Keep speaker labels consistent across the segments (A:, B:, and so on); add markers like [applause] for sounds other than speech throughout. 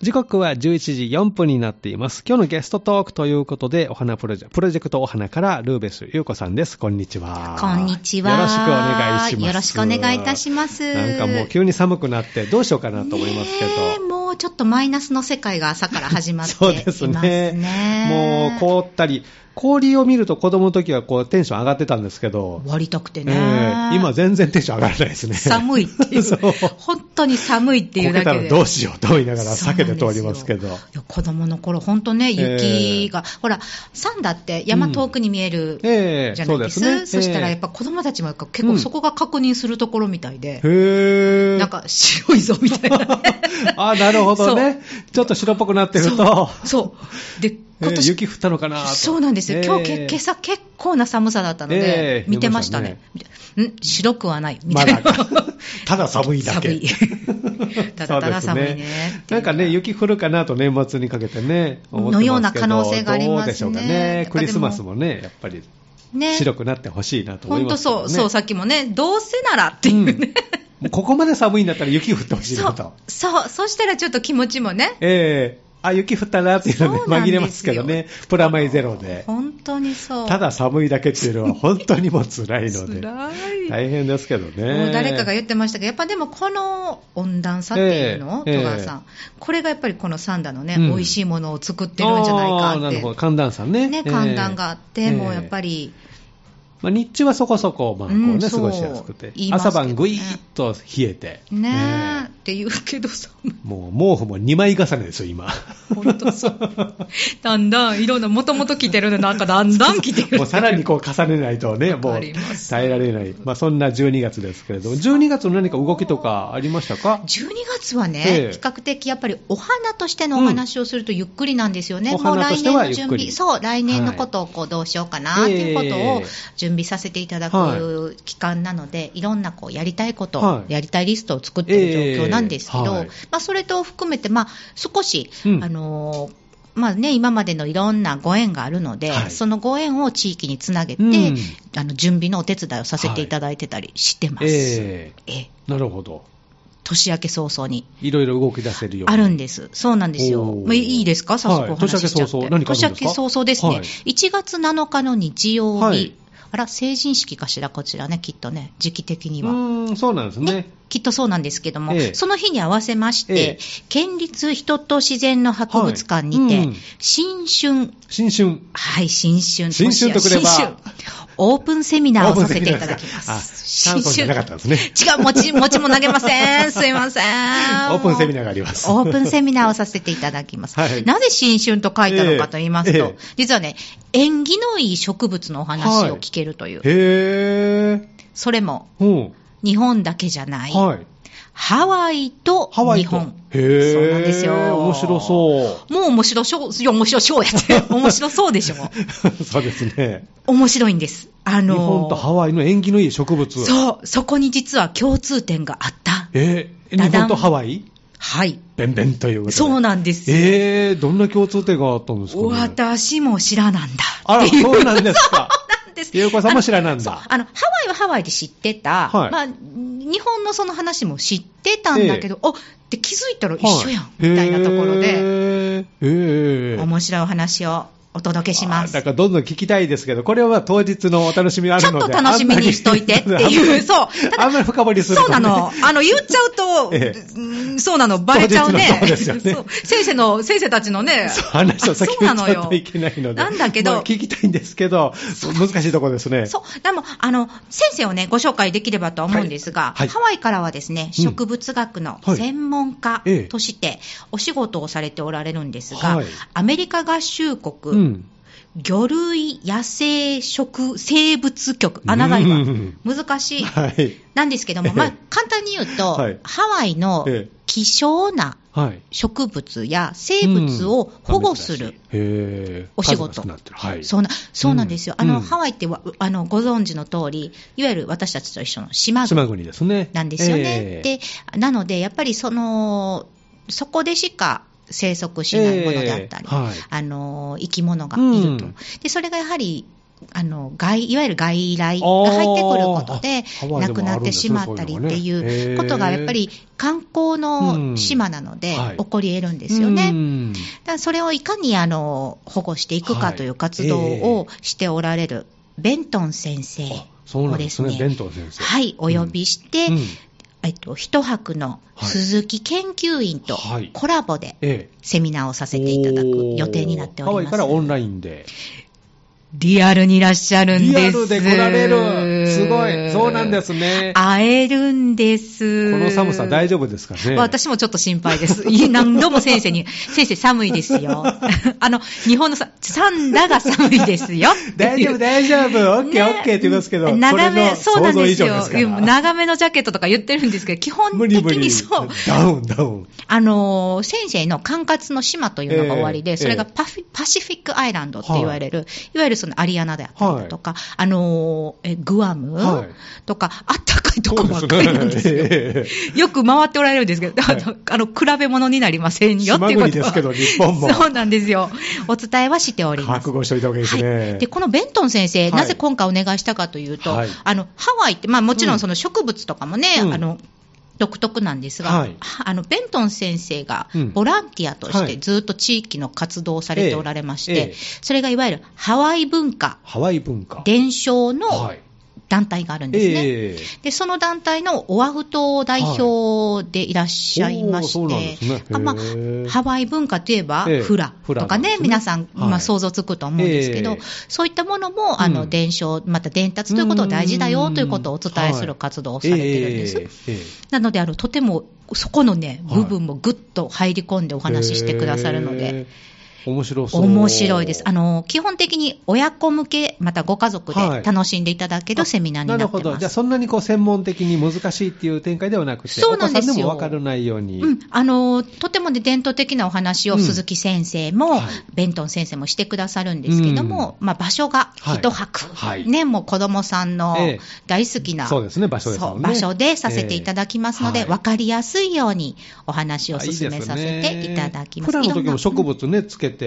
A: 時刻は11時4分になっています。今日のゲストトークということで、お花プロジェプロジェクトお花からルーベスゆうこさんです。こんにちは。
B: こんにちは。
A: よろしくお願いします。
B: よろしくお願いいたします。
A: なんかもう急に寒くなってどうしようかなと思いますけど。
B: ねえもうちょっとマイナスの世界が朝から始まってい
A: そ
B: ま
A: う
B: すね。
A: ですね。もう凍ったり、氷を見ると子供の時はこうテンション上がってたんですけど、
B: 割りたくて
A: え
B: ね、
A: え今全然テンション上がらないですね。っ
B: 寒いってい
A: [laughs]
B: う
A: そう
B: 本当に寒いっていうだ
A: た
B: け
A: ら
B: で。
A: どうしようと思いながら
B: そう
A: 避け
B: なん
A: て
B: ですよ
A: 通りますけど。
B: いや子供の頃、本当ね、雪が、ほら、山だって山遠くに見えるじ
A: ええ
B: ゃな
A: そ
B: いうで
A: です
B: す
A: ね
B: か、。
A: ええ
B: そしたらやっぱ子供たちも結
A: う
B: 構
A: ん
B: そこが確認するところみたいで、
A: へえ。
B: なんか白いぞみたいな、ね、
A: [laughs] あ、なるほどね。ちょっと白っぽくなってると、
B: そう、で
A: え
B: 今
A: え
B: 年
A: 雪降ったのかなと
B: そうなんですよ、今日
A: ええ
B: け今朝結構な寒さだったので
A: え、え
B: 見てましたね、ん白くはないみた
A: ま
B: いな
A: だ、
B: [laughs]
A: か、ただ寒いだけ。
B: 寒
A: [laughs]
B: い、ただただ寒い
A: そう
B: ね
A: です
B: ってい
A: な
B: うん
A: かね、雪降るかなと年末にかけてね、思ってますけど
B: のような可能性があり
A: ど
B: ますね
A: うでしょうかね。クリスマスもね、やっぱり
B: ね
A: 白くなってほしいなと思い
B: 本
A: ま
B: 当
A: すけどね。
B: そう、そう、さっきもね、どうせならっていうね、
A: うんもうここまで寒いんだったら雪降ってほしい
B: そ
A: な
B: う
A: と。、
B: そう、そしたらちょっと気持ちもね、
A: ええあ、雪降ったなっていうので
B: そうなんです
A: 紛
B: よ
A: れますけどね。プラマイゼロで。
B: 本当にそう、
A: ただ辛いだけっていうのは本当にもう辛いので。
B: 辛い。
A: 大変ですけど
B: も
A: ね。
B: う誰かが言ってましたけど、やっぱでもこの温暖さっていうの、
A: ええ
B: 戸川さん、これがやっぱりこのサンダのね、
A: うん
B: 美味しいものを作ってるんじゃないか
A: あーなる
B: っ
A: ほど。
B: て、
A: 寒暖差ね。
B: ね、
A: ええ
B: 寒暖があって、
A: ええ
B: もうやっぱり、
A: まあ、日中はそこそこ、まあこうね
B: うん
A: 過ごしやすくて
B: そう言いますけ
A: 朝
B: どね
A: 晩ぐいーっと冷えて、
B: ねえ、っ
A: ね
B: て言うけどさ、
A: えもう毛布も2枚重ねですよ、
B: [laughs]
A: 今。
B: 本当そう、 [laughs] だんだんいろんな、もともと着てるの、なんかだんだん着て
A: も
B: る
A: う。さらにこう重ねないとね、も
B: わか
A: う
B: ります
A: 耐えられない、まあ、そんな12月ですけれども、12月の何か動きとかありましたか
B: 12月はね、
A: ええ
B: 比較的やっぱりお花としてのお話をするとゆっくりなんですよね、
A: うんお
B: もう
A: 花と
B: 来
A: して
B: 年
A: は
B: の
A: ゆっ
B: 準
A: く
B: 備、
A: り
B: そう、来年のことをこうどうしようかな
A: は
B: と
A: い
B: いうこと
A: え
B: を準備させていただ
A: は
B: く期間なので、いろんなこうやりたいこと、
A: はい
B: やりたいリストを作っている状況なんですけど、
A: ええはい
B: まあ、それと含めて、まあ、少し、
A: うん
B: あのーまあね、今までのいろんなご縁があるので、
A: はい
B: そのご縁を地域につなげて、
A: うん
B: あの準備のお手伝いをさせていただいてたりしてます。
A: え
B: ええ
A: えなるほど。
B: 年明け早々に
A: いろいろ動き出せるように。
B: あるんです。そうなんですよ。
A: おー
B: まあ、いいですか早
A: はい
B: 速お話ししちゃっ
A: 年明け
B: て、
A: 早々何かあるんですか
B: 年明け早々ですね。
A: はい
B: 1月7日の日曜日。
A: はい
B: あら、成人式かしら、こちらね、きっとね、時期的に
A: う
B: は。
A: ーん、そうなんですね。
B: きっとそうなんですけども、
A: ええ
B: その日に合わせまして、
A: ええ
B: 県立人と自然の博物館にて、
A: はいうん
B: 新春、
A: 新春。
B: はい、新春、
A: 新春とくれば
B: 新春オープンセミナーをさせていただきま
A: あ、
B: す。
A: シャンソンじゃなかったんですね。
B: 違う、餅、餅も投げません。すいません。
A: オープンセミナーがあります。
B: オープンセミナーをさせていただきます。
A: はい
B: なぜ新春と書いたのかと言いますと、
A: ええええ
B: 実はね、縁起のいい植物のお話を聞けるという、
A: へえ。
B: それも
A: うん。
B: 日本だけじゃない、
A: はい。
B: ハワイと
A: ハワイと
B: 日本。
A: へー
B: そうなんですよ。
A: 面白
B: う。
A: そ
B: もう面白そう、いや面白そうやって。面白そ
A: [laughs]
B: うでしょ。
A: う。そうですね。
B: 面白いんです。あの
A: 日本とハワイの縁起のいい植物。う。
B: そう、そこに実は共通点があった。
A: えー
B: ダダ
A: 日
B: ン
A: 本とハワイ
B: はい。
A: ベンベンということで。
B: そう
A: で
B: なんですよ。
A: えー、どんな共通点があったんですか、ね、
B: 私も知らなんだ。
A: あら、そうなん
B: [laughs]
A: ですか。
B: なんです
A: ゆうこさんも知らなんだ。
B: あの、ハワイはハワイで知ってた、
A: はい
B: まあ、日本のその話も知ってたんだけど、おって気づいたら一緒やん、
A: は
B: みたいなところで、
A: へーへー
B: 面白いお話をお届けしま
A: あだ
B: す。
A: からどんどん聞きたいですけど、これは当日のお楽しみあ
B: ち
A: る
B: ょ
A: の
B: っ
A: で。
B: と楽しみにしといてって
A: [laughs]
B: いう、
A: う。
B: そう。た
A: あん
B: だ
A: まり深掘りすると
B: そう
A: ね
B: なの。あの、言っちゃうと、
A: ええ
B: うんそうなの、バレちゃうね。
A: 当日のそうですよね
B: そう先生の、先生たちのね、
A: そう話を先に
B: あそうなの
A: ちょっ
B: よ
A: といけないので。
B: なんだけど
A: まあ聞きたいんですけど、難しいところですね。
B: そう、でも、あの、先生をね、ご紹介できればとは思うんですが、
A: はいはい
B: ハワイからはですね、
A: うん
B: 植物学の
A: はい
B: 専門家
A: ええ
B: として、お仕事をされておられるんですが、
A: はい
B: アメリカ合衆国、
A: ん。
B: 魚類野生食生物局、あ、長いわ
A: うんうん。
B: 難しい。
A: はい。
B: なんですけど
A: [laughs]
B: も、
A: ええ
B: まあ、簡単に言うと、
A: はい
B: ハワイの
A: ええ
B: 希少な
A: はい。
B: 植物や生物を保護する。
A: うん。へー
B: お仕
A: 数が少
B: 事
A: なくなってるはい。
B: そうなそうなんですよ、
A: うん
B: あの
A: うん
B: ハワイってわあのご存知の通り、いわゆる私たちと一緒の島国
A: 島国ですね。
B: なんですよ
A: え
B: ね。
A: え、
B: でなので、やっぱりそのそこでしか生息しないものであったり、
A: ええはい
B: あの生き物がいると、
A: うん
B: で、それがやはりあの外いわゆる外来が入ってくることで
A: あーハワイで
B: 亡
A: も
B: くなってしまったりっ
A: あるん
B: て
A: ですねそういうのが
B: い
A: ね
B: うことがやっぱり観光の島なので
A: うんはい
B: 起こり得るんですよね。
A: うん
B: だからそれをいかにあの保護していく
A: は
B: か
A: い
B: という活動をしておられるベントン先生
A: あそうなんです
B: を
A: ね、弁当先生。
B: はい、お呼びして、
A: うん
B: えっと、一泊の
A: はい
B: 鈴木研究員と
A: はい
B: コラボで
A: ええ
B: セミナーをさせていただく予定になっており
A: ハ
B: ます。
A: ワイからオンラインで。
B: リアルにいらっしゃるんです。
A: リアルで来られる。すごい。そうなんですね。こ
B: 会えるんです。
A: の寒さ大丈夫ですかね。
B: 私もちょっと心配です。いえ何度も先
A: [laughs]
B: 生に、先生寒いですよ。 [laughs] あの、日本のさ、サンダが寒いですよ。
A: 大丈夫、大丈夫。オッケー、オッケーって言いますけど、
B: 長め、そうなんです
A: 想像以
B: よ。
A: 上です
B: うん
A: から。
B: 長めのジャケットとか言ってるんですけど、基本
A: 無
B: 的
A: 理無理
B: にそう。。
A: ダウン、ダウン。
B: あのー先生の管轄の島というのが終わりで、
A: ええ
B: それがパフィパシフィックアイランドって言われる、い、わゆるそのアリアナであったりだとか、あのーえグアム、
A: はい
B: とか、あったかいと
A: そ
B: こ
A: うで
B: ばっ
A: す
B: かりなんですよ。
A: ね。
B: [laughs] よく回っておられるんですけど、
A: はい
B: あのあの、比べ物になりませんよっていうこ
A: 島
B: とは
A: 国ですけど日本も
B: [laughs] そうなんですよ。お伝えはしております。
A: 覚悟しておいたわけですね。
B: で、このベントン先生、
A: はい
B: なぜ今回お願いしたかというと、
A: はい
B: あの、ハワイって、まあもちろ
A: うん
B: んその植物とかもね、
A: うん
B: あの、独特なんですが、
A: はい
B: あの、ベントン先生が
A: うん
B: ボランティアとし
A: は
B: て
A: い
B: ずっと地域の活動をされておられまして、
A: ええええ
B: それがいわゆるハワイ文化
A: ハワイ文化。
B: 伝承の
A: はい。
B: 団体があるんですね。
A: ええ。
B: で、その団体のオアフ島代表でいらっしゃいまして、
A: おーそうなんですね
B: あま
A: へー
B: あ、ハワイ文化といえば、
A: ええ
B: フラ
A: フラ
B: とか
A: なんで
B: ね、
A: すね
B: 皆さん、
A: はい
B: まあ、想像つくと思うんですけど、
A: ええ
B: そういったものも、あ
A: う
B: の、
A: ん
B: 伝承、また伝達ということは大事だよということをお伝えする活動をされてるんです。
A: ええええ
B: なので、あの、とても、そこのね、
A: はい
B: 部分もぐっと入り込んでお話ししてくださるので、
A: へー。面白そう。
B: 面白いです。あの、基本的に親子向け、またご家族
A: はい
B: で楽しんでいただけるセミナーになってます。
A: るほど。じゃあそんなにこう専門的に難しいっていう展開ではなくて、
B: そうなんです
A: お子さ
B: よ
A: んでも分からないように。
B: うん、あのとても、ね、伝統的なお話
A: う
B: を
A: ん
B: 鈴木先生も、
A: はい
B: ベントン先生もしてくださるんですけども、まあ、場所が
A: はい
B: 一泊、
A: はい
B: ね、もう子供さんの
A: ええ
B: 大好きな、
A: そうですね、場所ですも
B: そ
A: ん
B: う
A: ね。
B: 場所でさせていただきますので、
A: ええはい
B: 分かりやすいようにお話を
A: あいいです
B: 進
A: ね
B: めさせていただきま
A: 普
B: す。
A: 段の
B: い
A: 時
B: ろん
A: も
B: な
A: 植物ね、つけて。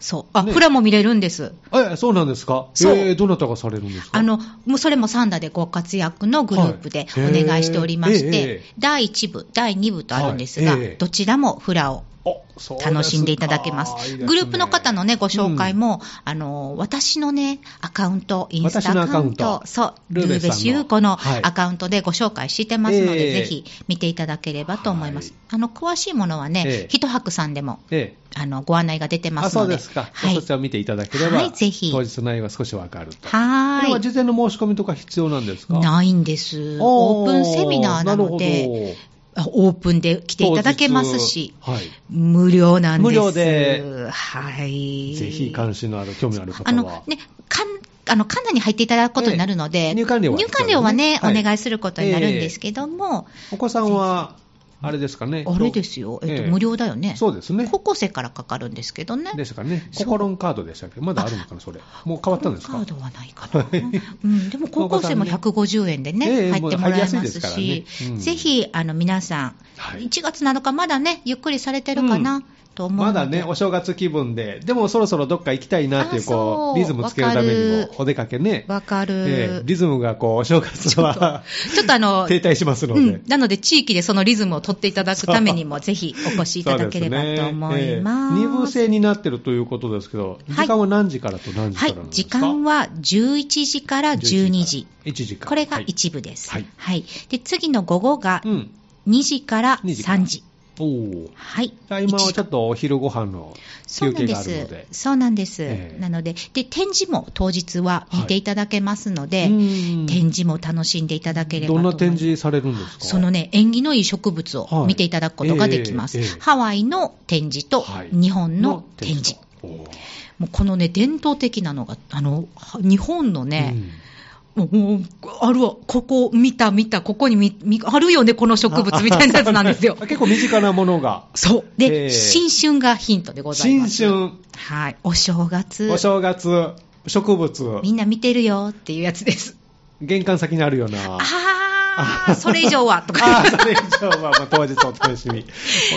B: そうあ、
A: ね
B: フラも見れるんです。
A: え、そうなんですか
B: そう
A: えーどなたがされるんですか
B: あ、のもうそれもサンダでご活躍のグループでお
A: はい
B: 願いしておりまして、
A: へえええ
B: 第1部、第2部とあるんですが、
A: はいええ
B: どちらもフラを
A: おそうですか
B: 楽しんでいただけます。
A: いいでね
B: グループの方のね、ご紹介も、あの、私のね、アカウント、インスタアカウント、
A: 私のアカウント
B: そう、
A: ル
B: ル
A: ーベ
B: ーベ
A: さんの
B: シユーコの
A: はい
B: アカウントでご紹介してますので、
A: ええ
B: ぜひ見ていただければと思います。
A: は
B: あの、詳しいものはね、
A: ええ
B: ひとはくさんでも、
A: ええ
B: あの、ご案内が出て
A: あ
B: ます
A: そ
B: の
A: う
B: で。
A: ですか、
B: はい
A: そ。ちらを見ていただければ、
B: はいぜひ
A: 当日の内容が少しわかると、これ
B: は
A: は
B: ーい。
A: 事前の申し込みとか必要なんですか
B: ないんです。
A: お
B: オープンセミナーなの
A: る
B: で、
A: ほど
B: あオープンで来ていただけますし、
A: 当日
B: 無料なんです。
A: 無料で。
B: はい。
A: ぜひ関心のある、興味のある方は。
B: あのね、かんあの館内に入っていただくことになるの
A: え
B: で、
A: え入館料は
B: 入館料はね、
A: 必要ですねはい
B: お願いすることになるんですけども、
A: お子さんは、あれですかね。
B: あれですよ、えっと
A: ええ
B: 無料だよね
A: そうですね。
B: 高校生からかかるんですけどね、
A: ですかね。
B: そう
A: ココロンカードでしたっけまだあるのかな、それ。もう変わったんです
B: カ
A: か
B: ードはないかな、うん、でも高校生も
A: お子さんね
B: 150円でね、
A: ええ
B: 入って
A: も
B: もらえ
A: う入りや
B: ます
A: いです
B: す
A: から
B: し
A: ね、うん
B: ぜひあの皆さん、
A: はい
B: 1月7日、まだね、ゆっくりされてるかな、
A: うん
B: と思う
A: ま
B: ので
A: だね、お正月気分で、でもそろそろどっか行きたいなっていう、
B: あそう
A: こう、リズムつけるために
B: わ
A: も
B: か、る
A: お出かけね。
B: わかる、
A: ええリズムがこう、お正月は
B: ちょっとあ
A: [laughs]
B: の、
A: 停滞しますので。
B: うん、なので、地域でそのリズムを取っていただくためにも、ぜひお越しいただければと思います。
A: そうでねええ二部制になってるということですけど、時間は何時からと何時か
B: は
A: ら
B: い
A: なん、です
B: 時
A: か、
B: 間は11時から12時。
A: 1時間。
B: これが
A: はい
B: 一部です。
A: は
B: はいい。で、次の午後が
A: うん。
B: 2時から
A: 2時から
B: 3時。
A: おー
B: はい。
A: じゃあ今は
B: 1
A: ちょっとお昼ご飯の
B: そう
A: 休
B: な
A: 憩
B: んで
A: があるの
B: す
A: で。。
B: そうなんです。
A: ええ
B: なので、で、展示も当日は見ていただけますので、
A: うん
B: 展示も楽しんでいただければと
A: どん
B: 思
A: な
B: います。
A: 展示されるんですか
B: そのね、縁起のいい植物
A: はい
B: を見ていただくことができます。
A: ええええ
B: ハワイの展示と
A: はい
B: 日本の展示。
A: おー
B: もうこのね、伝統的なのが、あの、は日本のね、もうもう、あるわ、ここ見た見た、ここにみみあるよね、この
A: [laughs]
B: 植物みたいなやつなんですよ
A: うん。結構身近なものが。
B: そう。
A: え
B: で、
A: え
B: 新春がヒントでござい
A: 新
B: ます。
A: 春、
B: はい。お正月
A: お。正月、植物、
B: みんな見てるよっていうやつです。
A: 玄関先にあるような。
B: ああー、それ以上はと
A: あ [laughs]
B: か。
A: ーそれ以上はまあ当日お楽しみ。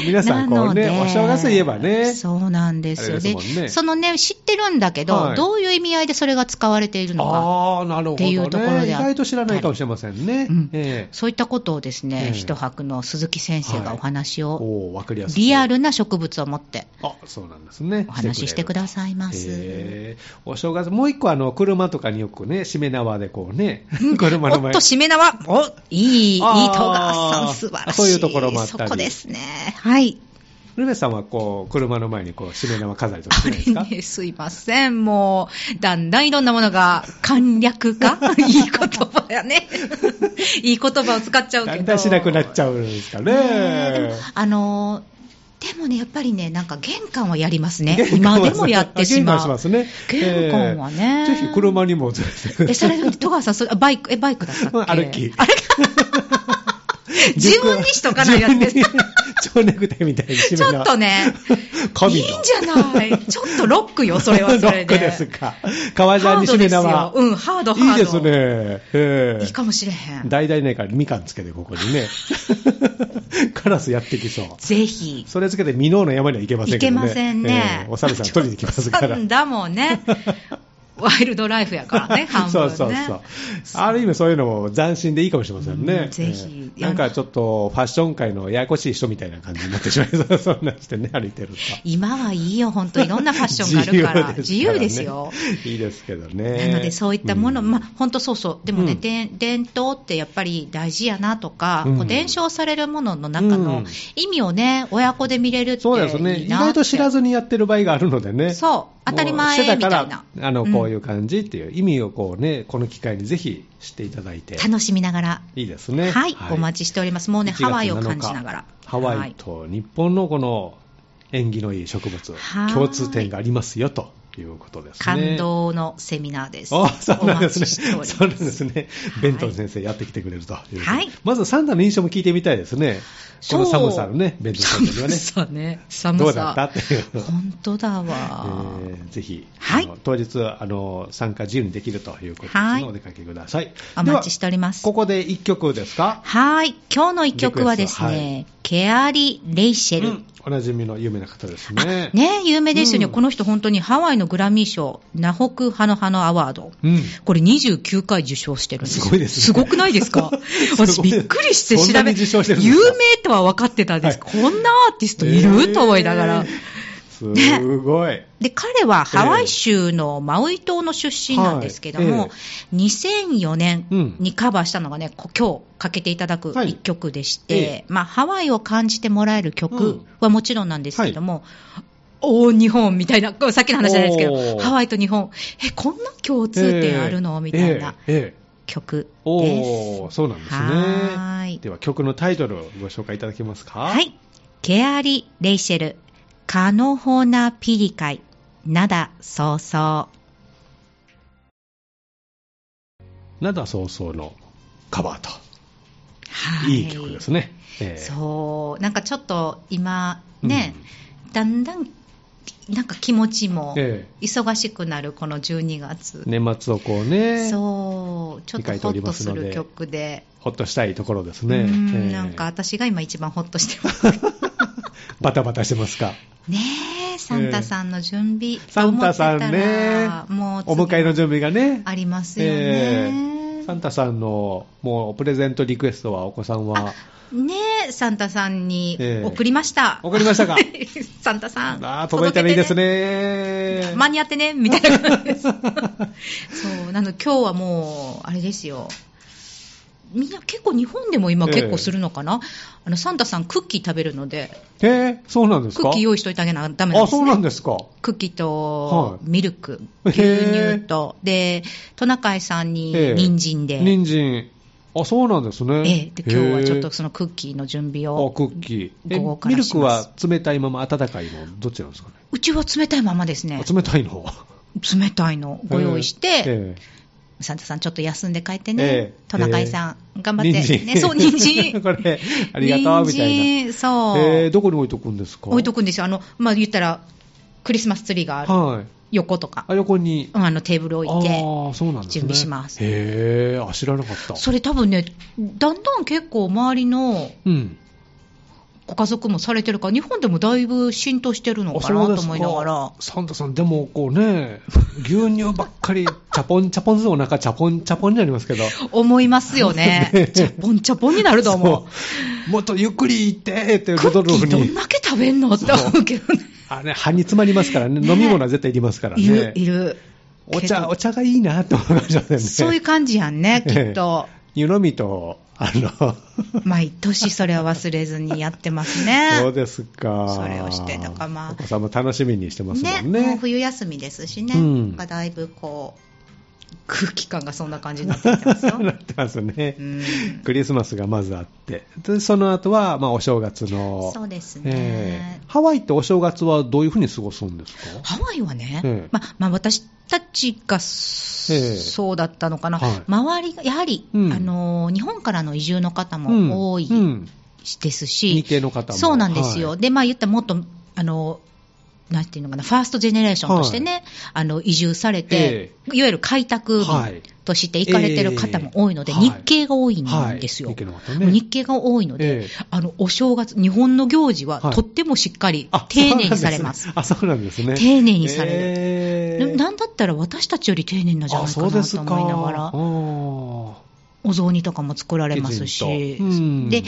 A: 皆さん、こうね、
B: なの
A: お正月といえばね。
B: そうなんです
A: あ
B: よ。
A: れです
B: で
A: もんね
B: そのね、知ってるんだけど、
A: はい
B: どういう意味合いでそれが使われているのか、
A: ああ、なるほど、ね。
B: っていうところ
A: 意
B: であったり
A: 外と知らないかもしれませんね。
B: うん
A: ええ
B: そういったことをです
A: え
B: ね、
A: え
B: 一泊の鈴木先生がお話を、
A: おお、わかりやすい。
B: リア。ルな植物を持って
A: あ、そうなんですね。
B: お話ししてく
A: さ
B: ださいま
A: い
B: す。
A: へえお正月、もう一個、あの、車とかによくね、しめ縄でこうね、車の
B: お
A: 前
B: っと、締め縄、おいい、いい戸
A: あー
B: 川さん、素晴らしい。
A: そういうところもあったり
B: そこですね。はい。
A: ルベさんはこう、車の前にこう、しめ縄飾りとかし
B: あ
A: ないですか
B: れね、 [laughs] すいません。もう、だんだんいろんなものが、簡
A: [laughs]
B: 略化いい言葉やね。いい言葉を使っちゃうけど。
A: だんだんしなくなっちゃうんですかね。
B: ねえでもあのーでもね、やっぱりね、なんか玄関はやりますね。今でもやってし
A: 玄関
B: ま
A: し
B: う
A: ま。すね。
B: 玄関はね
A: ええぜひ車にも連れてく
B: え、
A: だ
B: そ
A: さい
B: れ、戸川さん、それ、あバイク、え、バイクだったっけ
A: 歩き。
B: あれ自分にしとかないやつです。
A: 自分に蝶 [laughs] ネクタイみたいに締め
B: ちょっとね、い
A: 神
B: い
A: の
B: んじゃないちょっとロックよ、それはそれ
A: [laughs] ロ
B: で。
A: ックですか。革ジャン
B: ハ
A: に
B: ード
A: 締
B: で
A: め
B: すよ
A: 縄。。
B: うん、ハード、ハー
A: い
B: ド。
A: いですね。ええ
B: いいかもしれへん。
A: 大々ねからみかんつけてここにね。 [laughs] カラスやってきそう。
B: ぜひ。
A: それつけて美濃の山には行けません
B: い
A: け
B: け
A: どね。
B: ませんね
A: え。えお猿さん取りに来ます
B: [laughs]
A: か
B: な
A: ら。
B: んだもん
A: [laughs]
B: ね。ワイルドライフやからね、半分
A: そ
B: ね。
A: うそうそう。ある意味そういうのも斬新でいいかもしれませんね。
B: うんぜひ
A: ええなんかちょっとファッション界のややこしい人みたいな感じになってしまいそう。 [laughs] そんなんしてね、歩いてると。
B: 今はいいよ、本当いろんなファッションがあ
A: [laughs]
B: るから、自由です
A: からね
B: よ。。
A: [laughs] いいですけど
B: な
A: ね。
B: ので、そういったもの、まあ
A: あ、
B: 本当そうそう。でもね、
A: うん
B: で伝統ってやっぱり大事やなとか、
A: うん
B: こう伝承されるものの中
A: う
B: の
A: ん
B: 意味をね、親子で見れるっていい
A: そう
B: な
A: で
B: って。
A: すね。意外と知らずにやってる場合があるのでね。
B: そう、当たり前みた
A: も
B: い
A: うしてた
B: な
A: か。ら、あの、こういうう感じっていう意味をこうね、この機会にぜひ知っていただいて
B: ん。楽しみながら
A: いいですね。
B: はい、お待ちしております。もうね、
A: 1月7
B: ハ
A: 日
B: ワイを感じながら。
A: ハワイと日本のこの縁起のいい植物、
B: はい
A: 共通点がありますよということですね。
B: 感動のセミナーです。
A: あそうなんです
B: お
A: ね。
B: 待ちしております
A: そうなんですね。ベントン先生やってきてくれるということで
B: はい
A: まずサンダの印象も聞いてみたいですね。この寒さのね、ベントン先生にはね。
B: 寒さね、寒さ。
A: どうだったって
B: [laughs]
A: いう。
B: 本当だわ。
A: えーぜひ、
B: はい
A: あの当日あの参加自由にできるということですの
B: はい
A: でお出かけください。
B: お待ちしております
A: ではここで一曲ですか。
B: はい。今日の一曲はですね、
A: リクエス
B: ケアリ・レイシェル。
A: うんおなじみの有名な方ですね。
B: ね、有名ですよね、
A: うん
B: この人、本当にハワイのグラミー賞、ナホク・ハノハノアワード、
A: うん。
B: これ29回受賞してるんですよ
A: すごいですね
B: すごくないですか
A: [laughs] ごい
B: 私、びっくりして
A: そんな
B: 調べ
A: に受賞してるんですか
B: 有名とは分かってたんです、こんなアーティストいる、と思いなが
A: え
B: ら。
A: ー。すごい。
B: で、彼はハワイ州のマウイ島の出身なんですけど
A: はい
B: も、
A: え
B: 2004年
A: うん
B: にカバーしたのがね、こ今日かけていただく
A: はい
B: 一曲でし
A: え
B: て、まあ、ハワイを感じてもらえる
A: う
B: 曲
A: ん
B: はもちろんなんですけども、おー、日本みたいな、こうさっきの話じゃないですけ
A: お
B: ど、
A: ー
B: ハワイと日本、え、こんな共通点あるの、
A: えー
B: みたいな
A: えーえー
B: 曲です。
A: おー、そうなんですね。
B: はーい
A: では曲のタイトルをご紹介いただけますか。
B: は。い。ケアリ・レイシェル、カノホナ・ピリカイ、ナダ・ソーソー。
A: なだそうそうのカバーと。
B: はい
A: い曲ですね。えー
B: そう、なんかちょっと今、ね、だんだんなんか気持ちも
A: うんえ
B: 忙しくなるこの12月
A: ー、年末をこうね、
B: そう、ちょっとホッとする曲で、
A: ほっとしたいところです
B: う
A: ね。え
B: ん
A: ー
B: なんか私が今、一番ホッとして
A: [laughs]
B: ます。
A: バタバタしてますか。
B: ねえ、サンタさんの準備、
A: サンタさんね
B: と思ってたらもう
A: お迎えの準備がね。
B: ありますよね。
A: えーサンタさんのもうプレゼントリクエストはお子さんは
B: ねえ、サンタさんに
A: ええ
B: 送りました。
A: 送りましたか
B: [laughs] サンタさん。
A: あー届いたらいいです
B: 届
A: ね
B: けてね。間に合ってね、みたいな感じです。そう、なので今日はもう、あれですよ。みんな結構日本でも今
A: ええ
B: 結構するのかな、あの、サンタさんクッキー食べるので、
A: へえ、そうなんです
B: ク
A: か
B: ッキー用意しといてあげなダメなん
A: あ、
B: です
A: そう
B: ね
A: なんですか。
B: クッキーと
A: はい
B: ミルク、
A: へ
B: 牛
A: え
B: 乳と、で、トナカイさんに
A: ええ
B: 人参で、
A: 人参。あ、そうなんですね。
B: ええで今日はちょっと
A: へ
B: そのクッキーの準備
A: え
B: を
A: あ、クッキ
B: 午後
A: ー。え
B: か
A: ミ
B: ら
A: ル
B: し
A: ク
B: ます
A: は冷たいまま温かいのどっちなんですかね。
B: うちは冷たいままですね、
A: あ冷たいの。
B: 冷たいのご用意して、
A: え
B: サンタさん、ちょっと休んで帰って
A: え
B: ね
A: え、
B: トナカイさん、頑張
A: え
B: っ
A: 人
B: て、
A: 参。
B: ね、そう、人
A: [laughs]
B: 参、
A: これ、ありがとう、みたいな。
B: 人参、そう、
A: えーどこに置いとくんですか
B: 置いと
A: く。
B: くんですよ、あのまあ、言ったら、クリスマスツリーがある、
A: はい。
B: 横とか、
A: あ横に。
B: うんあのテーブル置いて、
A: ああ、そうなんですね。
B: 準備します
A: へえ、あ、知らなかった。
B: それ多分ね、だんだん結構周りの
A: うん。
B: ご家族もされてるから、日本でもだいぶ浸透してるの
A: あ
B: か
A: そう
B: な
A: で
B: と
A: す
B: 思いながら
A: か。サンタさん、でもこうね、牛乳ばっかり、チャポンチャポンずつお腹チャポンチャポンになりますけど。
B: 思います
A: [laughs]
B: よね。チャポンチャポンになると思う。
A: そうもっとゆっくり行ってって
B: ク
A: ルド
B: ッ
A: ル
B: キ
A: フ
B: ーど
A: に
B: ん。だけ食べんのって思うけどね。
A: あれ、歯に詰まりますからね。
B: ね
A: 飲み物は絶対いりますから
B: いる
A: ね、。
B: いる。
A: お
B: け
A: 茶、
B: ど
A: お茶がいいなって思いましたね。
B: そういう感じやんね、きっと。
A: 湯飲みと、あの、
B: [laughs] 毎年それは忘れずにやってます
A: そう
B: ね。
A: ですか。
B: それをしてだからまあ
A: お子さんも楽しみにしてますもん
B: ねもう
A: ね。
B: 冬休みですしね。
A: うん。
B: まあだいぶこう、空気感がそんな感じになってきてます
A: [laughs]
B: よ
A: なってますね
B: う。ん
A: クリスマスがまずあって、でその後は、まあ、お正月の。
B: そうです
A: え
B: ね
A: え。ハワイってお正月はどういうふうに過ごすんですか
B: ハワイはね、
A: ええ
B: まあまあ、私たちが
A: ええ
B: そうだったのかな、
A: はい
B: 周りがやはり、
A: うん
B: あのー日本からの移住の方
A: うん
B: も多い
A: うん
B: ですし
A: 日、系の方も。
B: そうなんですよ、
A: はい
B: で、まあ、言ったらもっとあのーなんていうのかな、ファーストジェネレーションとしてね、あの移住されて、いわゆる開拓
A: はい
B: として行かれてる方も多いので、
A: ええはい
B: 日系が多いん
A: はい。
B: ですよ。
A: 日系の方
B: もう
A: ね。
B: 日系が多いの
A: え
B: で、
A: え
B: あのお正月、日本の行事は
A: はい
B: とってもしっかり丁寧にされます。。
A: あ、そうなんですね。
B: 丁寧にされる
A: ええ
B: でなんだったら私たちより丁寧なんじゃな
A: あ
B: いかな
A: そうで
B: と
A: す
B: 思いながら、
A: あ
B: お雑煮とかも作ら
A: あ
B: れます
A: き
B: し、
A: ちんとうん
B: で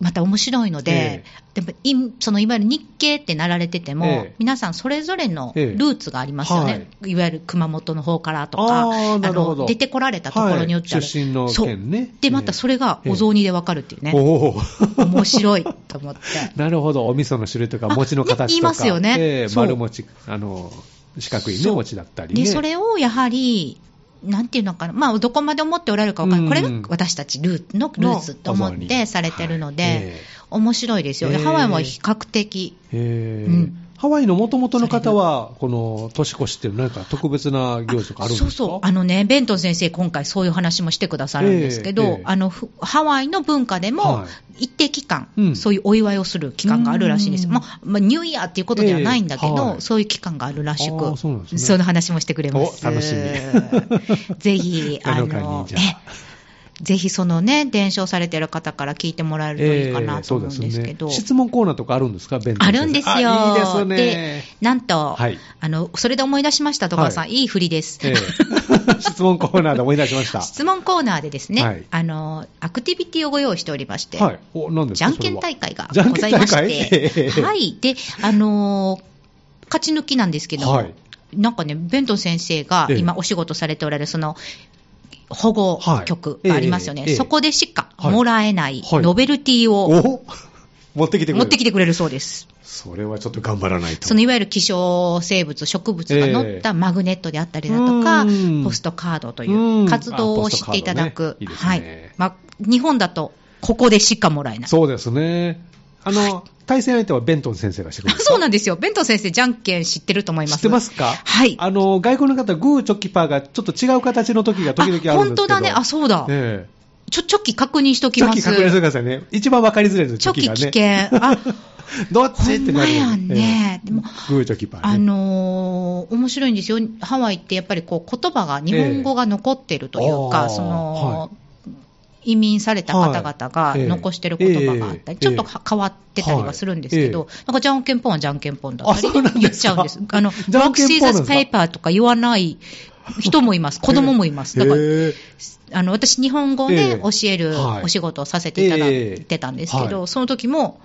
B: また面白いので
A: え、
B: でもいそのいわゆる日系ってなられてても、
A: ええ
B: 皆さんそれぞれのル
A: ええ
B: ーツがありますよね、い、わゆる熊本の方からとか、
A: あーなるほど
B: の出てこられたところによって
A: は
B: は、
A: い出身の県ね
B: そうでまたそれがお雑煮でわかるっていうね、
A: おお。
B: 面白いと思って。
A: [laughs] なるほど、お味噌の種類とか、餅の形とか、
B: ね言いますよね
A: ええ
B: そう
A: 丸餅、あの四角いね、
B: そう
A: 餅だったりね。
B: で、それをやはり、なんていうのかな、まあ、どこまで思っておられるかわからない、これ
A: うん
B: が私たちルーのルーツと思ってされてるので、
A: はいえ
B: 面白いですよね、
A: ええ
B: ハワイは比較的、
A: えええ
B: うん
A: ハワイのもともとの方は、この年越しって、なんか特別な行事とかあるんです
B: そ
A: か
B: うそう、あのね、ベントン先生、今回、そういう話もしてくださるんですけど、
A: ええええ
B: あのふハワイの文化でも
A: は、
B: 一定期間、
A: うん
B: そういうお祝いをする期間があるらしいんです、
A: うん
B: まあまあ、ニューイヤーっていうことではないんだけど、
A: ええはい
B: そういう期間があるらし
A: あー
B: く、
A: そうなんですね
B: の話もしてくれます。
A: お楽しみ、
B: [laughs] ぜひ
A: [laughs]
B: あ
A: 七日に
B: の
A: じ
B: え
A: ゃあ
B: ぜひそのね、伝承されてる方から聞いてもらえるといいかなと思うんですけど。
A: ええそうですね質問コーナーとかあるんですか、ベントン
B: あ
A: 先生
B: るんですよ。
A: あいいですね。
B: で、なんと、 [laughs]
A: はい
B: あの、それで思い出しました、戸川さん。、
A: はい
B: い振りです。
A: ええ質問コーナーで思い出しました。
B: 質問コーナーでですね、
A: はい
B: あの、アクティビティをご用意しておりまして、
A: はい。お、何です
B: じ
A: か
B: ゃんけん大会がございまし
A: じゃんけん大
B: て、
A: 会
B: はい。で、あのー勝ち抜きなんですけども、
A: はい
B: なんかね、ベントン先生が
A: ええ
B: 今お仕事されておられる、その、保護局
A: はい
B: がありますよね、
A: ええええ
B: そこでしかもらえない
A: はい
B: ノベルティを
A: お [laughs] 持ってきてくれる
B: 持ってきてくれるそうです。
A: それはちょっと頑張らないと。
B: そのいわゆる希少生物、植物が載ったマグネットであったりだとか、
A: うん
B: ポストカードと
A: う
B: い
A: ん
B: う活動を知っていただく、
A: あポストカードねいいですね
B: はいまあ、日本だとここでしかもらえない。
A: そうですね。あの、対戦相手はベントン先生がしてくれるんですか
B: [laughs] そうなんですよ、弁当先生、じゃんけん知ってると思いま
A: 知
B: す。
A: ってますか
B: はい
A: あの、外国の方、グーチョキパーがちょっと違う形の時が時々あるんですけ
B: あ
A: ど。
B: 本当だね、あそうだ、
A: ええ
B: ちょチョキ確認しとき
A: チョ
B: ま
A: キ
B: す。
A: 確認してくださいね。一番わかりづらいです、
B: チ
A: チョ
B: ョ
A: キ
B: キ
A: が
B: 危
A: ね。
B: 険。あ
A: [laughs] どっちってなる。
B: ほんまやんね
A: ええ
B: でも
A: グーチョキパー、ね。
B: あのー面白いんですよ、ハワイってやっぱりこう言葉が、日本語が残ってるという
A: ええあ
B: か、
A: ー
B: そ
A: は
B: の移民された方々が
A: はいええ
B: 残してる言葉があっ
A: え
B: たり、
A: え
B: ちょっとは変わってたりはするんですけど、なんかじゃんけんぽんはじゃんけんぽんだった
A: あそうなん
B: り
A: ですか
B: 言っちゃうんです、あの
A: じゃん
B: Rock,
A: けんぽんなんです
B: Scissors,
A: か
B: Paper とか言わない人もいます、子供もいます。だから
A: ええ
B: あの私、日本語
A: ええ
B: で教える
A: はい
B: お仕事をさせていただいてたんですけど、
A: ええは
B: その時も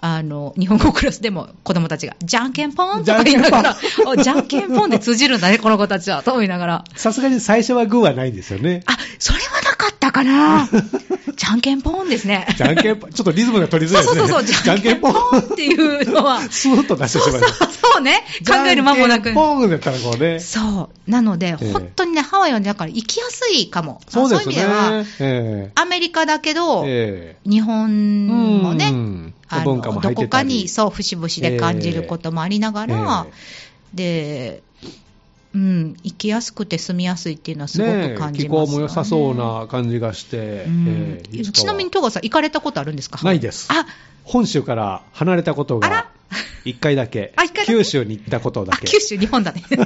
B: あの日本語クラスでも子供たちが、じゃんけんぽん
A: じ
B: と
A: ゃん
B: か
A: け
B: 言
A: ん
B: い
A: ぽん
B: ながら、 [laughs] おじゃんけんぽんで通じるんだね、この子たちは、と思いながら、
A: さすがに最初はグーはないんですよね。
B: あそれはなかったかな、じゃんけんぽんですね。
A: じゃんけ
B: [laughs]
A: んぽん、ちょっとリズムが取りづ
B: そ
A: ら
B: う
A: いで
B: そ
A: す
B: う
A: ね。
B: そうそう、じゃんけんぽんっていうの
A: [laughs]
B: は、
A: スーッと出してしまいました。
B: そうね、 [laughs] 考える間も
A: じ
B: な
A: ゃ
B: く
A: んけん。ぽんだったらこうね。
B: そう、なので、
A: ええ
B: 本当にね、ハワイはねだから行きやすいかも、
A: そうです
B: そういう意味では、
A: ね。え
B: アメリカだけど、
A: ええ
B: 日本
A: え
B: もね、
A: うん
B: あの
A: 文化も入
B: ど
A: ってたり
B: こかにそう節々で感じることもありながら、
A: え
B: で、うん、行きやすくて住みやすいっていうのはすご
A: ね
B: く
A: え
B: 感
A: 気
B: じますよ、ね
A: 候も良さそうな感じがして、
B: うん
A: ええいつかは
B: ちなみに戸川さん、行かれたことあるんですか
A: ないです
B: あ
A: 本州から離れたことが
B: あら
A: 一回だけ
B: あ一回だけ
A: 九州に行ったことだ
B: あ、
A: け
B: 九州、日本
A: [laughs]
B: だね。で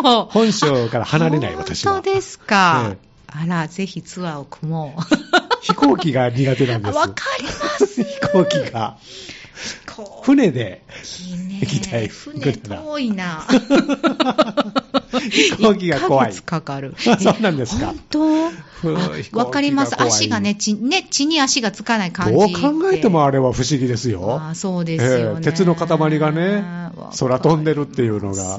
B: も
A: 本州から離れない
B: あ
A: 私は
B: 本当ですか。
A: え
B: あら、ぜひツアーを組もう。
A: 飛行機が苦手なんで
B: あ
A: す
B: わか
A: [laughs]
B: ります。
A: 飛行機が
B: こう
A: 船で行きた
B: ね、
A: い
B: 船遠いな。
A: 飛行機が怖い。
B: 1ヶ月かかる
A: [laughs] そうなんですか
B: え本
A: ふ
B: 当
A: う飛
B: あ
A: 行機が
B: わかります。
A: 怖い
B: 足がね、地、ね、地に足がつかない感じ
A: どう
B: って。
A: 考えてもあれは不思議ですよ
B: あーそうですよね、
A: ええ鉄の塊がね
B: わかります
A: 空飛んでるっていうのが
B: わ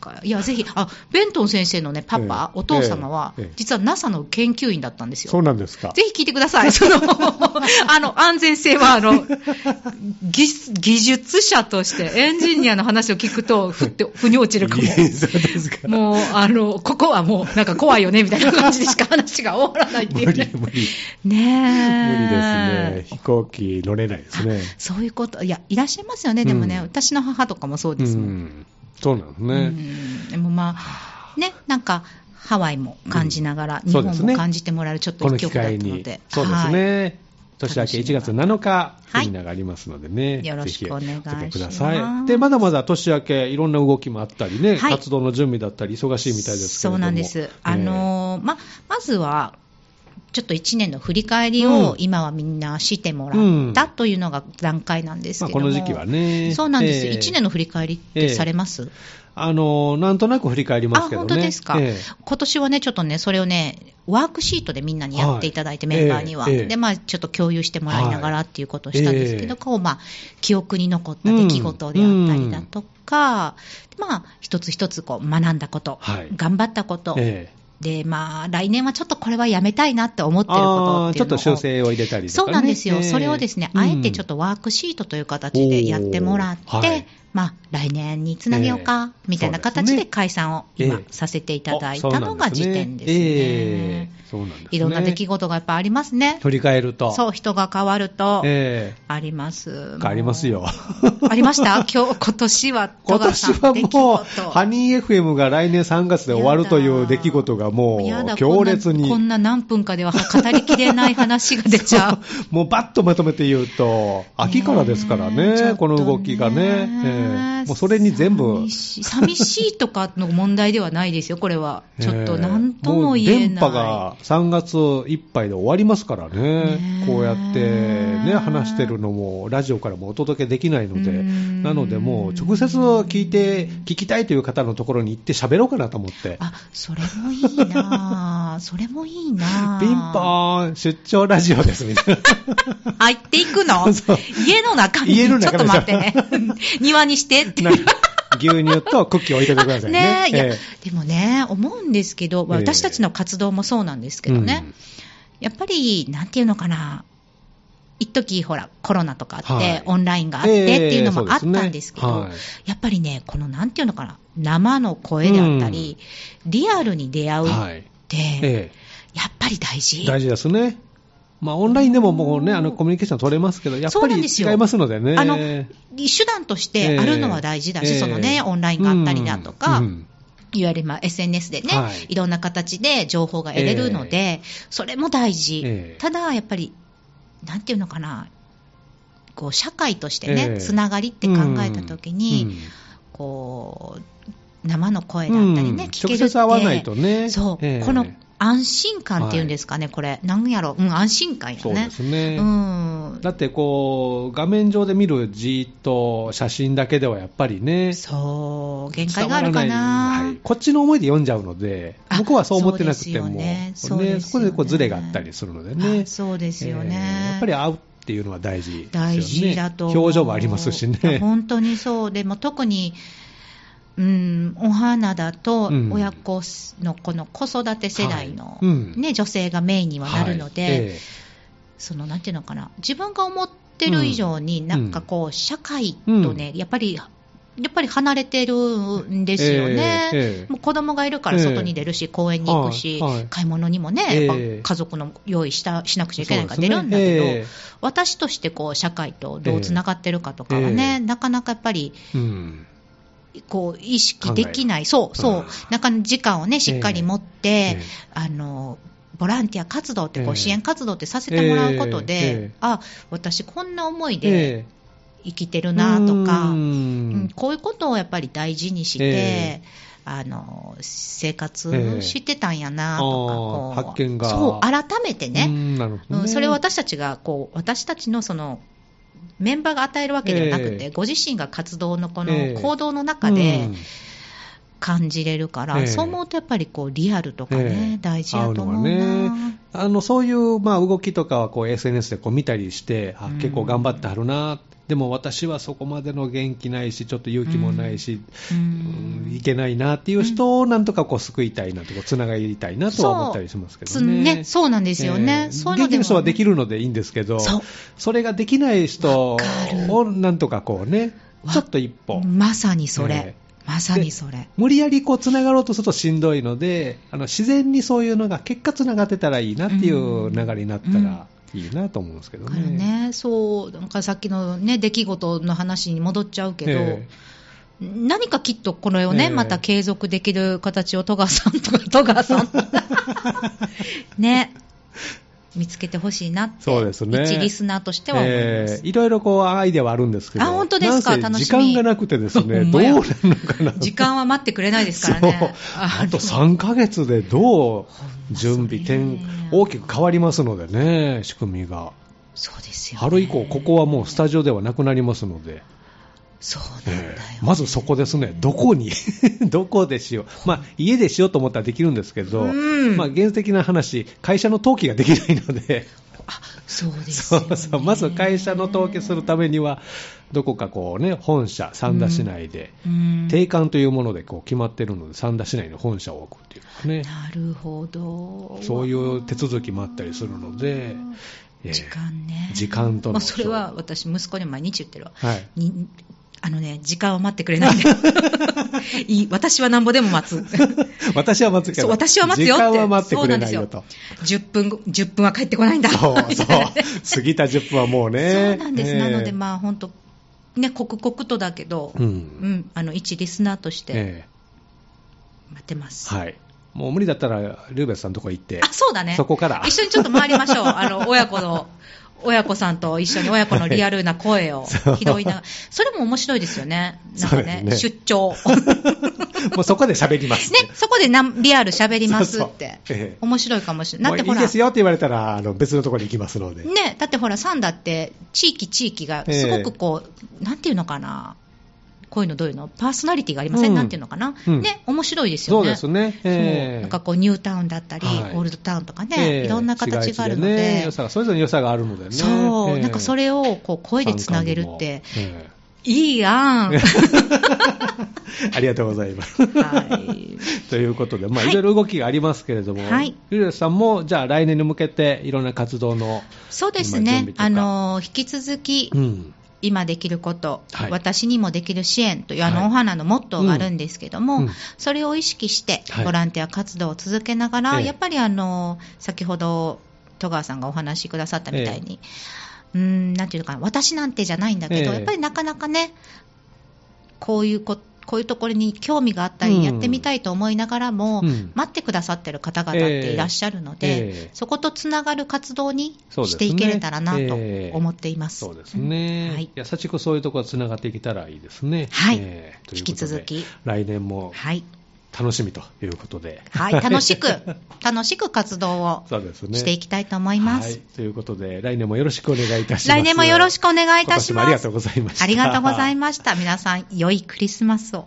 B: かいや、ぜひ、あ、ベントン先生のね、パパ、
A: ええ
B: お父様は、
A: ええええ
B: 実は NASA の研究員だったんですよ。
A: そうなんですか
B: ぜひ聞いてください。
A: [laughs]
B: その、あの、安全性は、あの、技術技術者として、エンジニアの話を聞くと、
A: [laughs]
B: ふって、腑に落ちるかも
A: い。えそうですか
B: もう、あの、ここはもう、なんか怖いよね、みたいな感じでしか話が終わらないってい
A: 無
B: う
A: 理
B: ね。
A: 無理無
B: ね
A: 理です
B: え。
A: ね飛行機乗れないですね
B: そういうこと、いや、いらっしゃいますよね、でもね、
A: うん
B: 私の母とかもそう
A: う
B: ですもん。
A: んそうなんです
B: う
A: ね、
B: んでもまあ、ね、なんか、ハワイも感じながら、
A: うん
B: 日
A: そうで
B: 本
A: すね
B: も感じてもらえるちょっと
A: この
B: 一
A: 機
B: 曲だった
A: 会
B: の
A: に
B: で、
A: そうです
B: はい
A: ね、年明け1月7日、
B: はい
A: セミナーがありますのでね、
B: よろしくお願いします
A: ぜひお越くださいで、まだまだ年明け、いろんな動きもあったりね、
B: はい
A: 活動の準備だったり、忙しいみたいですけれども、
B: そうなんです。あ
A: ね
B: のーま、まずは、ちょっと1年の振り返り
A: うん
B: を今はみんなしてもらったというのが段階なんです
A: まあ、
B: けど
A: こ
B: も、
A: の時期はね、
B: そうなんです、
A: ええ
B: 1年の振り返りっ
A: ええ
B: てされます、
A: あのなんとなく振り返りますけどね、
B: あ本当ですか
A: ええ
B: 今年はね、ちょっとね、それをね、ワークシートでみんなにやっていただいて、
A: はい
B: メンバーには、
A: ええええ
B: で、まあ、ちょっと共有してもらいながらっていうことをしたんですけど、
A: はい
B: こう、まあ、記憶に残った出来事であったりだとか、まあ、一つ一つこう学んだこと、
A: はい
B: 頑張ったこと、
A: ええ
B: で、まあ、来年はちょっとこれはやめたいなって思ってること
A: あ
B: っ
A: ーち
B: てい
A: ょっ
B: うの
A: と
B: を
A: 修正を入れたりとか、ね、
B: そうなんですよ、
A: ええ
B: それをですね、あえてちょっ、とワークシートという形でやってもらって、
A: おーはい
B: まあ、来年につなげようか、
A: ええ
B: みたいな
A: そ
B: 形
A: うです
B: で
A: ね
B: 解散を今
A: ええ、
B: させていただい
A: あ
B: たのが時点ですね。
A: そうなんですねええそうなんですね
B: いろんな出来事がやっぱありますね。
A: 振り返ると、
B: そう、人が変わると、
A: え
B: あります
A: え。ありますよ。
B: もう。ありました今日、今年は、
A: [laughs] 今年は
B: 戸
A: も
B: 川
A: う
B: さん出来、事
A: ハニー FM が来年3月で終わるという出来事がも
B: やだ
A: う強烈に、
B: こんなこんな何分かでは語りきれない話が出ちゃう。
A: もうバッとまとめて言うと、秋からですから
B: ねえちょ
A: ね、
B: っと
A: この動きがね、ええもうそれに全部
B: 寂、しい寂しいとかの問題ではないですよ、これは。ちょっと
A: ええ
B: なんとも言えない。
A: う電波が3月いっぱいで終わりますからね、
B: ねえ
A: こうやってね、話してるのも、ラジオからもお届けできないので、
B: うん
A: なのでもう直接聞いて、聞きたいという方のところに行って喋ろうかなと思って。
B: あ、それもいいなぁそれもいいなぁ
A: ピンポーン、出張ラジオです、みた
B: [laughs]
A: い
B: 入っていく
A: [laughs]
B: の
A: そう
B: 家の中に。
A: 家の中
B: ちょっ
A: で
B: と
A: しょ
B: 待って [laughs] ね。庭にしてって。
A: な。な牛乳とクッキー置いててくださいね。
B: ねえ、いや、
A: え
B: でもね、思うんですけど、まあ
A: ええ
B: 私たちの活動もそうなんですけどね、
A: うん
B: やっぱり、なんていうのかな、一時ほら、コロナとかあって、
A: はい
B: オンラインがあってっていうのもあったんですけど、
A: ええそうですね
B: やっぱりね、このなんていうのかな、生の声であったり、リアルに出会うっ
A: はい。
B: て、
A: え
B: やっぱり大
A: え
B: 事。
A: 大事ですね。まあ、オンラインでももうね、あの、コミュニケーション取れますけど、やっ
B: そ
A: ぱ
B: うな
A: り
B: んですよ
A: 違いますのでね。
B: あの手段とし
A: ええ
B: てあるのは大事だし、
A: ええ
B: そのね、オンラインがあったりだとか、
A: うんうん
B: いわゆるまあ SNS でね、
A: はい
B: い、ろんな形で情報が得れるので、それも大事、
A: ええ
B: ただやっぱり、なんていうのかな、こう社会としてね、
A: ええ
B: つながりって考えたときに、
A: うん
B: こう、生の声だったりね、
A: うん
B: 聞ける
A: 直
B: って
A: 接会わないとね。
B: そう、
A: ええ
B: この安心感っていうんですかね、これ、なんやろ、うん、安心感やね。
A: そうですね。
B: うん
A: だってこう、画面上で見る字と写真だけではやっぱりね、
B: そう、限界があるか
A: 伝わら
B: な。
A: いはいこっちの思いで読んじゃうので、
B: あ
A: 向こうはそう思ってなくても、
B: そうですよね
A: これね
B: そうですよね
A: そこでこうズレがあったりするので
B: あ
A: ね。
B: そうですよ
A: え
B: ね
A: ー。やっぱり会うっていうのは大事ですよね。
B: 大事だと思う
A: 表情もありますし
B: いや
A: ね。
B: 本当にそうでも特にうん、お花だと
A: うん
B: 親子のこの子育て世代の、
A: はいうん
B: ね、女性がメインにはなるので、
A: はいえ
B: そのなんていうのかな自分が思ってる以上に、
A: ん
B: なんかこう社会とね、やっぱりやっぱり離れてるん
A: え
B: ですよね。
A: ええええ
B: もう子供がいるから外に出るし、公園に行くし、
A: はいはい
B: 買い物にもね、
A: ええ
B: やっぱ家族の用意したしなくちゃいけないから
A: そうで
B: 出
A: すね
B: るんだけど、
A: ええ
B: 私としてこう社会とどうつながってるかとかは
A: え
B: ね、
A: え
B: なかなかやっぱり
A: うん
B: こう意識できない、そう
A: う
B: そ
A: ん
B: う、なかなか時間をね、しっかり持って、
A: ええ
B: あのボランティア活動ってこ
A: ええ
B: う、支援活動ってさせてもらうことで、
A: ええ
B: あ私、こんな思い
A: え
B: で
A: え
B: 生きてるなとか、
A: う
B: うん
A: ん、
B: こういうことをやっぱり大事にして、
A: え
B: あの生
A: ええ
B: 活してたんやなとか、
A: あー
B: こう
A: 発見が
B: そう改めて
A: う
B: ね、
A: んなるほ
B: う
A: どね
B: ん、それを私たちがこう私たちのそのメンバーが与えるわけではなくて、
A: ええ
B: ご自身が活動のこ
A: ええ
B: の行動の中で
A: うん
B: 感じれるから、
A: ええ
B: そう思うとやっぱりこうリアルとか
A: え
B: ね、
A: え
B: 大事やと思う
A: 会うの
B: な。
A: がねあのそういう、まあ、動きとかはこう SNS でこう見たりして、あ
B: うん
A: 結構頑張ってはるな、でも私はそこまでの元気ないし、ちょっと勇気もないし、
B: う
A: うん
B: ん
A: いけないなっていう人をなんとかこう救いたいなとか、つながりたいなとは思ったりしますけど
B: つ
A: ね。
B: ね、そうなんですよね。
A: えー
B: そういう
A: で
B: の
A: き
B: でも
A: る人はできるのでいいんですけど、
B: そう
A: それができない人
B: わかる
A: をなんとかこうね、
B: わ
A: ちょっと一歩、
B: まさにそ
A: え
B: れ、まさにそれ。
A: 無理やりこうつながろうとするとしんどいので、あの自然にそういうのが結果つながってたらいいなっていう
B: うん
A: 流れになったらいいなと思うんですけど
B: だから
A: ね。
B: ね、そう、なんかさっきのね、出来事の話に戻っちゃうけど、
A: え
B: 何かきっとこれをね、
A: ええ
B: また継続できる形を戸川さんとか、戸川さ
A: [laughs]
B: んね、見つけてほしいなって、
A: そうですね
B: 一リスナーとして
A: え
B: は思います。
A: ええいろいろこうアイデアはあるんですけど、
B: あ本当ですか
A: なんせ
B: 楽しみ
A: 時間がなくてです
B: [laughs]
A: ね、
B: ほん
A: どう
B: ま
A: な
B: や
A: るのかな
B: 時間は待ってくれないですから
A: そう
B: ね。
A: あと
B: の
A: 3ヶ月でどう準備、
B: ほんま
A: 点
B: それね
A: 大きく変わりますのでね、仕組みが。
B: そうですよ、ね。
A: 春以降、ここはもうスタジオではなくなりますので、
B: そうなんだよ、
A: ええまずそこですね、どこ
B: [laughs]
A: に、どこでしよう、まあ、家でしようと思ったらできるんですけど、
B: うん
A: まあ、現実的な話、会社の登記ができないので、
B: あそうです
A: そ
B: よ、
A: う
B: ね、
A: そうまず会社の登記するためには、どこかこうね、本社、三田市内で、
B: うん
A: 定款というものでこう決まってるので、三田市内の本社を置くっていうかね。
B: なるほど
A: そういう手続きもあったりするので、ええ
B: 時間ね
A: 時間との
B: まあ、それは私息子に毎日言ってるわ
A: はい。
B: にあのね時間は待ってくれな
A: [laughs]
B: いんだよいい私はなんぼでも待つ
A: 私は待つけど、
B: そう私は待つよっ
A: 時
B: て
A: 間は待ってくれないよと。
B: 10分後10分は帰ってこないんだ
A: そうそう
B: みたいなね [laughs]
A: 過ぎた10分はもうね。
B: そうなんです、
A: ええ
B: なのでまあ本当ね刻々とだけど、
A: う
B: うん
A: ん。
B: あの一リスナーとして
A: ええ
B: 待ってます、
A: はい。もう無理だったら、ルーベスさんのとこ行って
B: あ、そうだね
A: そこから。
B: 一緒にちょっと回りましょう、あの親子の。親子さんと一緒に親子のリアルな声を拾いながら、それも面白いですよね、なんか
A: そう
B: ね、
A: ですね
B: 出張、ね、
A: [laughs] もうそこで喋ります。
B: そこでなリアル喋りますって、
A: そうそうええ
B: 面白いかもしれない、
A: もう
B: だ
A: い
B: って
A: い
B: ほら、
A: ですよって言われたら、あの別のところに行きますので。
B: ね、だってほら、サンダって、地域、地域が、
A: ええ
B: すごくこう、なんていうのかな、こういうの、どういうの、パーソナリティがありません、
A: うん
B: なんていうのかな、
A: うん
B: ね、面白いです
A: そ
B: よ
A: う
B: ね。
A: ですね。
B: そう
A: ええ
B: なんかこうニュータウンだったり、
A: はい
B: オールドタウンとかね、
A: ええ
B: いろんな形があるの
A: 市街地
B: で
A: ね、良さがそれぞれの良さがあるのでね。
B: そう、
A: ええ
B: なんかそれをこう声でつなげるって、
A: 三冠もえ
B: い
A: [laughs]
B: いやん。はい。
A: えありがとうございます。ということで、まあ、
B: はい
A: いろいろ動きがありますけれども、
B: はい
A: ゆりやさんも、じゃあ来年に向けて、いろんな活動の、
B: そうです
A: 今準備
B: ね
A: と。か
B: あの、引き続き
A: う、ん、
B: 今できること、
A: はい
B: 私にもできる支援という、あ
A: はい
B: の、お花のモットーがあるんですけども、
A: うんうん
B: それを意識して
A: はい、
B: ボランティア活動を続けながら、
A: ええ
B: やっぱりあの、先ほど、戸川さんがお話しくださったみたいに、うーん、なんていうのかな、私なんてじゃないんだけど、
A: ええ
B: やっぱりなかなかね、こういうこ、こういうところに興味があったり、
A: うん
B: やってみたいと思いながらも、
A: うん
B: 待ってくださってる方々っていらっしゃるので、
A: ええ
B: そことつながる活動に
A: そうです
B: し
A: ね
B: ていけれたらなと
A: ええ
B: 思っています。
A: そうですね、
B: うんはい
A: 優しくそういうところがつながっていけたらいいですね。
B: はい
A: ええという
B: 引
A: ことで
B: き続き、
A: 来年も
B: はい、
A: 楽しみということで。
B: はい、楽しく、楽しく活動を
A: [laughs] そうですね。
B: していきたいと思いま
A: はい
B: す。。
A: ということで、来年もよろしくお願いいたします。
B: 来年もよろし
A: く
B: くお願いいたし
A: 今年もあり
B: ま
A: が
B: す
A: とう。ございました。
B: ありがとうございました。皆さん、良いクリスマスを。